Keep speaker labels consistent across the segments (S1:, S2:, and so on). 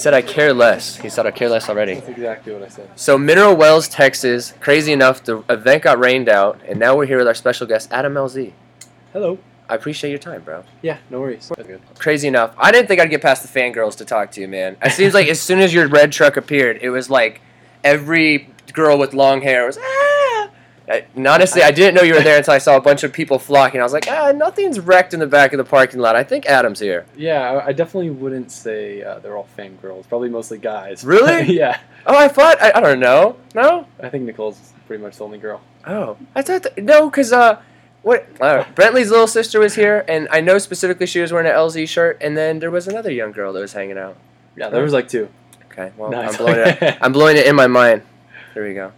S1: said I care less. He said I care less already.
S2: That's exactly what I said.
S1: So Mineral Wells, Texas. Crazy enough, the event got rained out, and now we're here with our special guest Adam LZ.
S2: Hello.
S1: I appreciate your time, bro.
S2: Yeah, no worries.
S1: Crazy enough, I didn't think I'd get past the fangirls to talk to you, man. It seems like as soon as your red truck appeared, it was like every girl with long hair was ah. I- and honestly, I didn't know you were there until I saw a bunch of people flocking. I was like, ah, nothing's wrecked in the back of the parking lot. I think Adam's here.
S2: Yeah, I, I definitely wouldn't say uh, they're all fangirls. Probably mostly guys.
S1: Really?
S2: yeah.
S1: Oh, I thought I, I don't know. No.
S2: I think Nicole's pretty much the only girl.
S1: Oh, I thought th- no, because uh, what? Uh, Brentley's little sister was here, and I know specifically she was wearing an LZ shirt, and then there was another young girl that was hanging out.
S2: Yeah, there was like two.
S1: Okay, well,
S2: Nice.
S1: I'm blowing it. Up. I'm blowing it in my mind. There we go.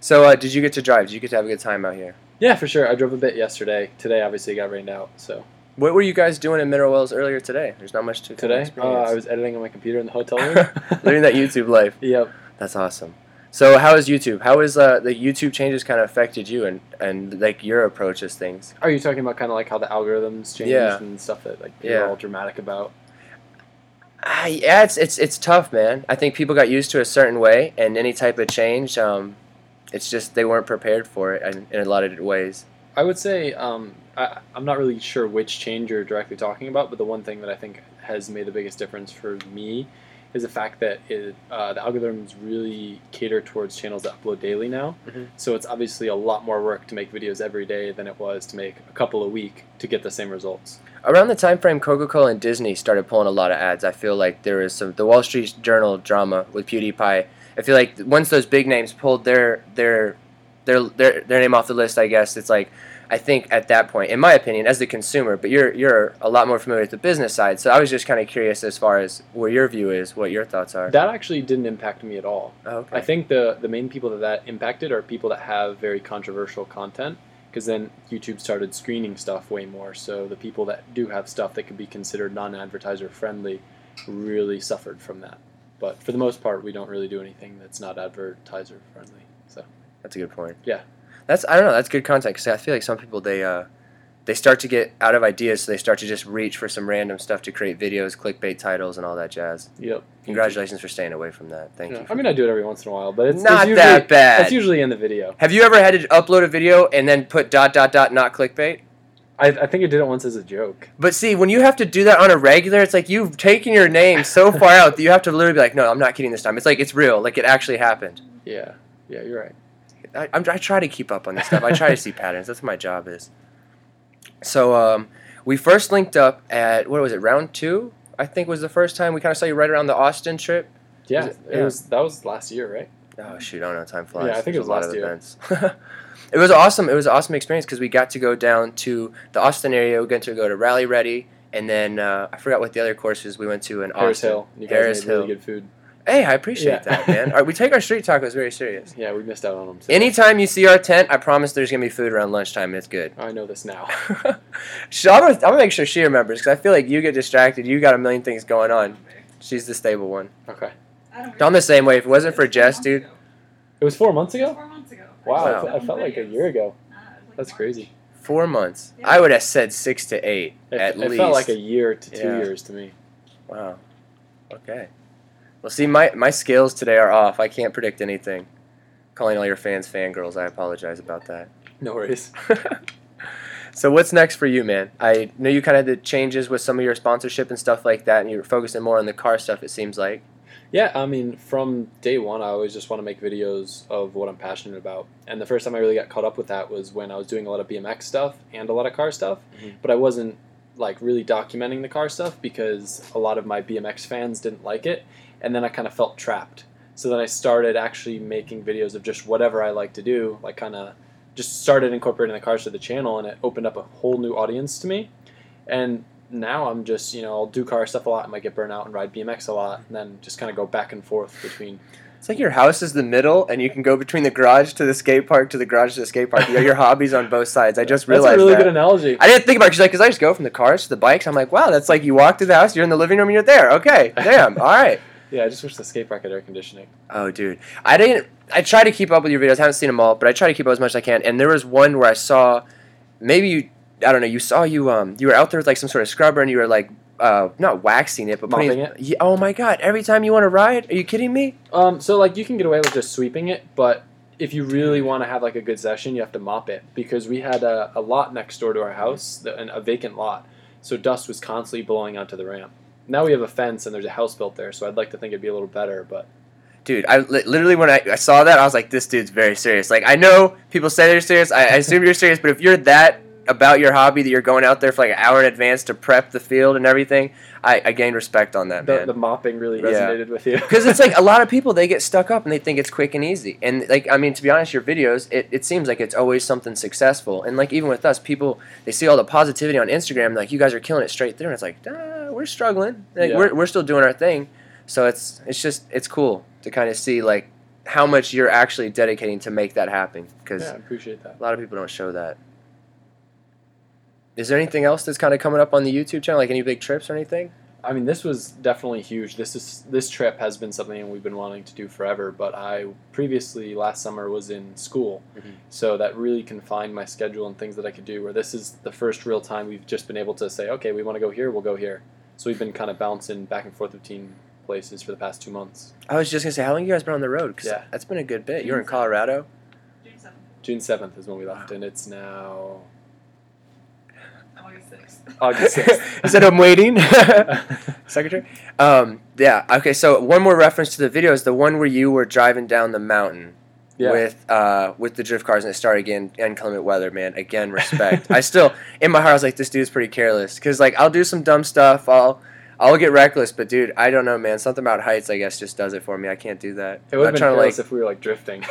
S1: So, uh, did you get to drive? Did you get to have a good time out here?
S2: yeah, for sure. I drove a bit yesterday. Today, obviously, it got rained out. So
S1: What were you guys doing in Mineral Wells earlier today? There's not much to
S2: today, uh,
S1: experience.
S2: I was editing on my computer in the hotel room.
S1: living that YouTube life.
S2: Yep.
S1: That's awesome. So, how is YouTube? How has uh, the YouTube changes kind of affected you and and like your approach to things?
S2: Are you talking about kind of like how the algorithms changed
S1: Yeah.
S2: and stuff that like people
S1: Yeah.
S2: are all dramatic about?
S1: Ah, yeah, it's it's it's tough, man. I think people got used to a certain way, and any type of change, um, it's just they weren't prepared for it in, in a lot of ways.
S2: I would say um, I, I'm not really sure which change you're directly talking about, but the one thing that I think has made the biggest difference for me is the fact that it, uh, the algorithms really cater towards channels that upload daily now.
S1: Mhm.
S2: So it's obviously a lot more work to make videos every day than it was to make a couple a week to get the same results.
S1: Around the time frame, Coca Cola and Disney started pulling a lot of ads. I feel like there was some the Wall Street Journal drama with PewDiePie. I feel like once those big names pulled their their their their, their name off the list, I guess it's like. I think at that point, in my opinion, as the consumer, but you're you're a lot more familiar with the business side, so I was just kind of curious as far as where your view is, what your thoughts are.
S2: That actually didn't impact me at all.
S1: oh, okay.
S2: I think the the main people that that impacted are people that have very controversial content because then YouTube started screening stuff way more. So the people that do have stuff that could be considered non-advertiser friendly really suffered from that. But for the most part, we don't really do anything that's not advertiser friendly. So
S1: That's a good point.
S2: Yeah.
S1: That's I don't know. That's good content because I feel like some people they uh, they start to get out of ideas, so they start to just reach for some random stuff to create videos, clickbait titles, and all that jazz.
S2: yep.
S1: Congratulations for staying away from that. Thank you.
S2: I mean, I do it every once in a while, but it's
S1: Not
S2: it's usually,
S1: that bad.
S2: It's usually in the video.
S1: Have you ever had to upload a video and then put dot dot dot not clickbait?
S2: I, I think I did it once as a joke.
S1: But see, when you have to do that on a regular, it's like you've taken your name so far out that you have to literally be like, "No, I'm not kidding this time." It's like it's real, like it actually happened.
S2: Yeah. Yeah, you're right.
S1: I, I'm, I try to keep up on this stuff. I try to see patterns. That's what my job is. So um, we first linked up at what was it? Round two, I think was the first time we kind of saw you right around the Austin trip.
S2: Yeah,
S1: Was it-
S2: it
S1: yeah.
S2: was that was last year, right?
S1: Oh shoot, I don't know. Time flies.
S2: Yeah, I think it
S1: There's
S2: was
S1: a lot
S2: last
S1: of
S2: year.
S1: events. it was awesome. It was an awesome experience because we got to go down to the Austin area. We got to go to Rally Ready, and then uh, I forgot what the other courses we went to in
S2: Harris
S1: Austin.
S2: Hill. You guys
S1: Harris
S2: made really
S1: Hill.
S2: good food.
S1: Hey, I appreciate
S2: Yeah.
S1: that, man. All right, we take our street tacos very serious.
S2: Yeah, we missed out on them. so-
S1: Anytime you see our tent, I promise there's gonna be food around lunchtime. and It's good.
S2: I know this now.
S1: She- I'm, gonna, I'm gonna make sure she remembers because I feel like you get distracted. You got a million things going on. She's the stable one.
S2: Okay.
S1: I'm the same way. If it wasn't for Jess, dude,
S2: It was four months ago?
S3: Four months ago.
S2: Wow, I
S1: Wow.
S2: fe- I felt like a year ago. That's crazy.
S1: four months. I would have said six to eight
S2: It,
S1: at
S2: it
S1: least.
S2: felt like a year to two
S1: Yeah.
S2: years to me.
S1: wow. Okay. Well, see, my my skills today are off. I can't predict anything. Calling all your fans fangirls. I apologize about that.
S2: No worries.
S1: so what's next for you, man? I know you kind of did changes with some of your sponsorship and stuff like that, and you're focusing more on the car stuff. It seems like.
S2: Yeah, I mean, from day one, I always just want to make videos of what I'm passionate about. And the first time I really got caught up with that was when I was doing a lot of BMX stuff and a lot of car stuff,
S1: Mhm.
S2: but I wasn't like really documenting the car stuff because a lot of my BMX fans didn't like it. And then I kind of felt trapped. So then I started actually making videos of just whatever I like to do, like kind of just started incorporating the cars to the channel and it opened up a whole new audience to me. And now I'm just, you know, I'll do car stuff a lot. I might get burnt out and ride BMX a lot and then just kind of go back and forth between.
S1: It's like your house is the middle, and you can go between the garage to the skate park to the garage to the skate park. You have your hobbies on both sides. I just
S2: That's
S1: realized
S2: a really
S1: that.
S2: good analogy.
S1: I didn't think about it. She's like, because I just go from the cars to the bikes. I'm like, wow, that's like you walk through the house, you're in the living room, and you're there. Okay, damn, all right.
S2: Yeah, I just wish the skate park had air conditioning.
S1: Oh, dude, I didn't. I try to keep up with your videos. I haven't seen them all, but I try to keep up as much as I can. And there was one where I saw, maybe you, I don't know, you saw you um you were out there with like some sort of scrubber, and you were like uh, not waxing it, but putting
S2: Mopping it?
S1: Yeah, oh my god! Every time you want to ride, are you kidding me?
S2: Um, so like you can get away with just sweeping it, but if you really want to have like a good session, you have to mop it because we had a, a lot next door to our house, the, an, a vacant lot, so dust was constantly blowing onto the ramp. Now we have a fence and there's a house built there, so I'd like to think it'd be a little better, but
S1: Dude, I li- literally when I, I saw that, I was like, this dude's very serious. Like, I know people say they're serious. I, I assume you're serious, but if you're that about your hobby that you're going out there for like an hour in advance to prep the field and everything, I, I gained respect on that,
S2: the,
S1: man.
S2: the mopping really
S1: Yeah.
S2: resonated with you
S1: Because it's like a lot of people they get stuck up and they think it's quick and easy. And like I mean, to be honest, your videos it, it seems like it's always something successful. And like even with us, people they see all the positivity on Instagram, like you guys are killing it straight through, and it's like, ah, we're struggling. Like
S2: Yeah.
S1: we're we're still doing our thing. So it's it's just it's cool to kind of see like how much you're actually dedicating to make that happen. Because
S2: yeah, I appreciate that.
S1: a lot of people don't show that. Is there anything else that's kind of coming up on the YouTube channel, like any big trips or anything?
S2: I mean, this was definitely huge. This is this trip has been something we've been wanting to do forever. But I previously last summer was in school,
S1: Mhm.
S2: so that really confined my schedule and things that I could do. Where this is the first real time we've just been able to say, okay, we want to go here, we'll go here. So we've been kind of bouncing back and forth between places for the past two months.
S1: I was just gonna say, how long you guys been on the road? 'Cause
S2: Yeah. Mm.
S1: that's been a good bit. You were in Colorado.
S3: June seventh,
S2: June seventh is when we left, and it's now
S3: August sixth.
S2: August sixth.
S1: Instead of waiting, secretary. Um, yeah. Okay. So one more reference to the video is the one where you were driving down the mountain
S2: yeah.
S1: with uh, with the drift cars, and it started again inclement weather. Man, again, respect. I still in my heart I was like, this dude's pretty careless because like I'll do some dumb stuff. I'll I'll get reckless, but dude, I don't know, man. Something about heights, I guess, just does it for me. I can't do that.
S2: it would have
S1: I'm
S2: been
S1: trying to like,
S2: careless if we were like drifting,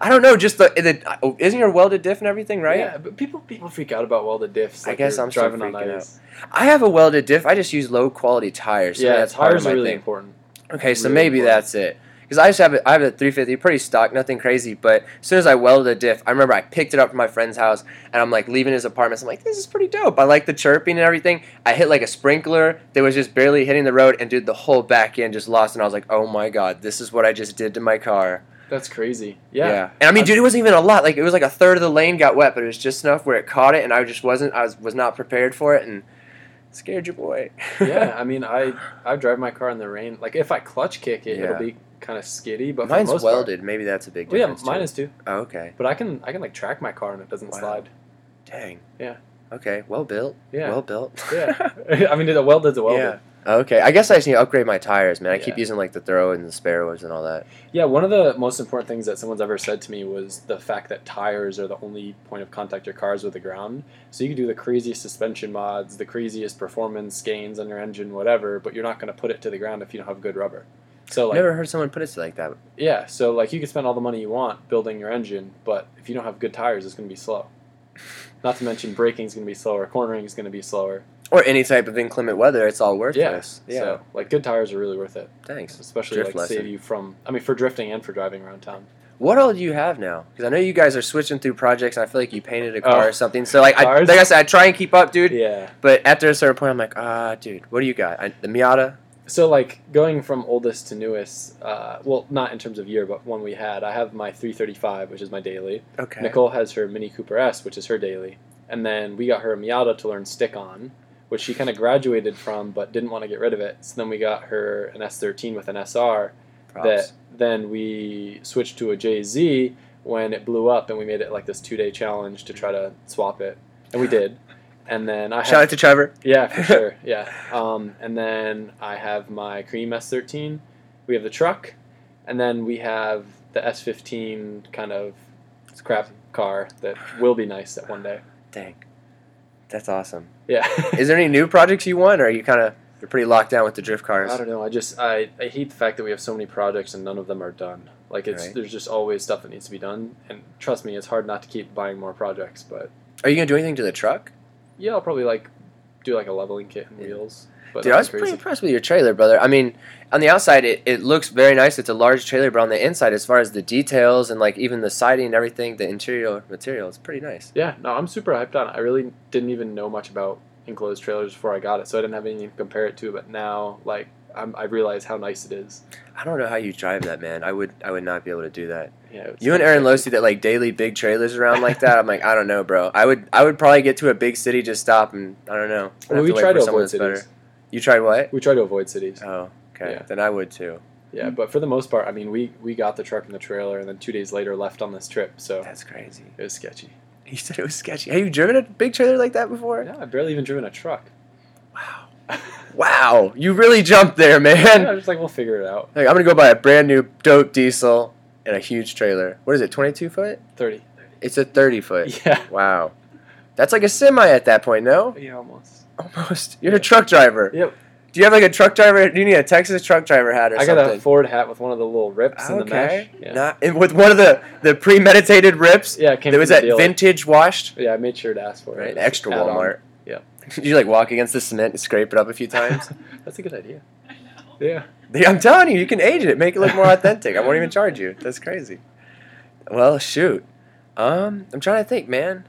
S1: I don't know, just the, the isn't your welded diff and everything, right?
S2: Yeah, but people people freak out about welded diffs.
S1: I
S2: Like
S1: guess
S2: they're
S1: I'm still
S2: driving on
S1: freaking
S2: ice.
S1: I have a welded diff. I just use low quality tires. So
S2: yeah,
S1: that's part of
S2: tires
S1: my
S2: are really
S1: thing.
S2: important.
S1: Okay, so
S2: really
S1: maybe
S2: important.
S1: that's it. Because I just have a, I have a 350, pretty stock, nothing crazy. But as soon as I welded a diff, I remember I picked it up from my friend's house, and I'm like leaving his apartment. So I'm like, this is pretty dope. I like the chirping and everything. I hit like a sprinkler that was just barely hitting the road, and dude, the whole back end just lost. And I was like, oh my god, this is what I just did to my car.
S2: That's crazy. Yeah.
S1: And I mean,
S2: I-
S1: dude, it wasn't even a lot. Like it was like a third of the lane got wet, but it was just enough where it caught it, and I just wasn't. I was was not prepared for it, and scared your boy.
S2: Yeah. I mean, I I drive my car in the rain. Like if I clutch kick it,
S1: Yeah.
S2: it'll be kind of skitty. But
S1: Mine's
S2: for the most
S1: welded. Maybe that's a big
S2: Part, well, yeah,
S1: difference.
S2: mine
S1: too.
S2: is too.
S1: Oh, okay.
S2: But I can I can like track my car and it doesn't
S1: Wow.
S2: slide.
S1: Dang.
S2: Yeah.
S1: Okay. Well built.
S2: Yeah.
S1: Well built.
S2: Yeah. I mean, the welded's a welded.
S1: Yeah. okay. I guess I just need to upgrade my tires, man. I keep
S2: Yeah.
S1: using like the throw and the sparrows and all that.
S2: Yeah, one of the most important things that someone's ever said to me was the fact that tires are the only point of contact your cars with the ground. So you can do the craziest suspension mods, the craziest performance gains on your engine, whatever, but you're not going to put it to the ground if you don't have good rubber. So like,
S1: Never heard someone put it like that.
S2: yeah, so like you can spend all the money you want building your engine, but if you don't have good tires, it's going to be slow. Not to mention braking is going to be slower, cornering is going to be slower.
S1: Or any type of inclement weather, it's all worthless.
S2: Yeah, so like good tires are really worth it,
S1: Thanks.
S2: especially
S1: Drift
S2: like
S1: lesson.
S2: save you from. I mean, for drifting and for driving around town.
S1: What all do you have now? Because I know you guys are switching through projects, and I feel like you painted a car
S2: Oh.
S1: or something. So like, I,
S2: Cars?
S1: like I said, I try and keep up, dude.
S2: Yeah.
S1: But after a certain point, I'm like, ah, dude, what do you got? I, the Miata.
S2: So like going from oldest to newest, uh, well, not in terms of year, but one we had. I have my 335, which is my daily.
S1: Okay.
S2: Nicole has her Mini Cooper S, which is her daily, and then we got her a Miata to learn stick on, which she kind of graduated from, but didn't want to get rid of it. So then we got her an S13 with an SR.
S1: Props.
S2: That then we switched to a JZ when it blew up, and we made it like this two-day challenge to try to swap it, and we did. And then I
S1: Shout
S2: have-
S1: out to Trevor.
S2: yeah, for sure. Yeah. Um, and then I have my Cream S13. We have the truck, and then we have the S15 kind of crap car that will be nice at one day.
S1: Dang, that's awesome.
S2: Yeah.
S1: Is there any new projects you want, or are you kind of you're pretty locked down with the drift cars?
S2: I don't know. I just I, I hate the fact that we have so many projects and none of them are done. Like it's
S1: Right.
S2: there's just always stuff that needs to be done, and trust me, it's hard not to keep buying more projects. But
S1: Are you gonna do anything to the truck?
S2: yeah, I'll probably like do like a leveling kit and
S1: Yeah.
S2: wheels. But
S1: Dude, I
S2: nothing
S1: was pretty
S2: crazy.
S1: impressed with your trailer, brother. I mean, on the outside, it, it looks very nice. It's a large trailer, but on the inside, as far as the details and like even the siding and everything, the interior material, it's pretty nice.
S2: Yeah, no, I'm super hyped on it. I really didn't even know much about enclosed trailers before I got it, so I didn't have anything to compare it to. But now, like, I'm, I realize how nice it is.
S1: I don't know how you drive that, man. I would I would not be able to do that.
S2: Yeah, it's
S1: You and Aaron Losey that like daily big trailers around like that. I'm like, I don't know, bro. I would I would probably get to a big city, just stop and I don't know. I'd
S2: Well,
S1: have
S2: we
S1: wait
S2: try
S1: for
S2: to
S1: someone
S2: avoid
S1: that's better.
S2: cities.
S1: You tried what?
S2: We try to avoid cities.
S1: Oh, okay.
S2: Yeah.
S1: Then I would too.
S2: Yeah, but for the most part, I mean, we we got the truck and the trailer, and then two days later left on this trip. So
S1: That's crazy.
S2: it was sketchy.
S1: You said it was sketchy. Have you driven a big trailer like that before?
S2: Yeah, I barely even driven a truck.
S1: Wow.
S2: yeah,
S1: Wow. You really jumped there, man.
S2: I was just like, we'll figure it out.
S1: Like, I'm gonna go buy a brand new dope diesel and a huge trailer. What is it? 22 foot?
S2: Thirty.
S1: It's a 30 foot.
S2: Yeah.
S1: Wow. That's like a semi at that point, no?
S2: Yeah, almost.
S1: Almost. You're a truck driver.
S2: Yep.
S1: Do you have like a truck driver? Do you need a Texas truck driver hat or
S2: I got
S1: something?
S2: a Ford hat with one of the little rips in the mesh.
S1: okay.
S2: Yeah.
S1: Not and with one of the the premeditated rips.
S2: yeah, it came
S1: There was
S2: from the
S1: that
S2: dealer.
S1: vintage washed.
S2: Yeah, I made sure to ask for it.
S1: Right,
S2: It was
S1: extra
S2: add-on.
S1: Walmart.
S2: Yeah.
S1: Did you like walk against the cement and scrape it up a few times?
S2: That's a good idea.
S3: I know.
S2: Yeah.
S1: They- I'm telling you, you can age it, make it look more authentic. I won't even charge you. That's crazy. Well, shoot. Um, I'm trying to think, man.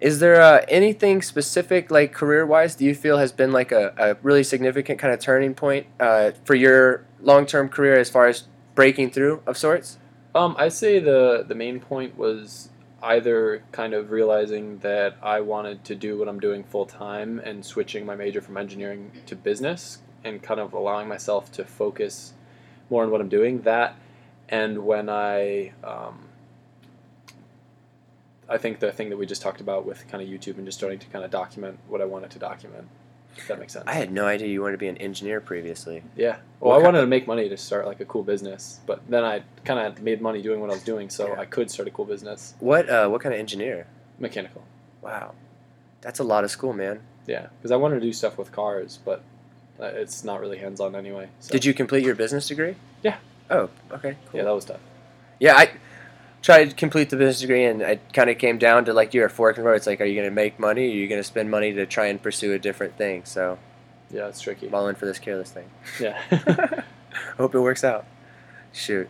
S1: Is there uh, anything specific, like career-wise, do you feel has been like a, a really significant kind of turning point uh, for your long-term career as far as breaking through of sorts?
S2: Um, I'd say the the main point was either kind of realizing that I wanted to do what I'm doing full time and switching my major from engineering to business and kind of allowing myself to focus more on what I'm doing. That and when I um, I think the thing that we just talked about with kind of YouTube and just starting to kind of document what I wanted to document. If that makes sense.
S1: I had no idea you wanted to be an engineer previously.
S2: Yeah. Well, I
S1: Okay.
S2: wanted to make money to start like a cool business, but then I kind of made money doing what I was doing, so
S1: Yeah.
S2: I could start a cool business,
S1: What uh, what kind of engineer?
S2: mechanical.
S1: Wow, that's a lot of school, man.
S2: Yeah, because I wanted to do stuff with cars, but uh, it's not really hands-on anyway. So.
S1: Did you complete your business degree?
S2: Yeah.
S1: Oh, okay.
S2: Yeah, that was tough.
S1: Yeah, I tried to complete the business degree, and it kind of came down to like you're a fork in the road. It's like, are you going to make money? Or are you going to spend money to try and pursue a different thing? So
S2: Yeah, it's tricky.
S1: I'm all in for this careless thing.
S2: Yeah.
S1: Hope it works out. Shoot.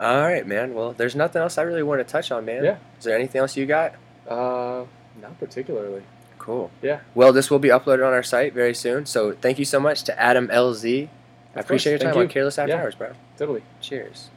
S1: All right, man. Well, there's nothing else I really want to touch on, man.
S2: Yeah.
S1: Is there anything else you got?
S2: uh, not particularly.
S1: Cool.
S2: Yeah.
S1: Well, this will be uploaded on our site very soon. So thank you so much to Adam LZ. I
S2: Of course,
S1: appreciate your
S2: thank
S1: time on
S2: you.
S1: Careless After
S2: Yeah.
S1: Hours, bro.
S2: Totally.
S1: Cheers.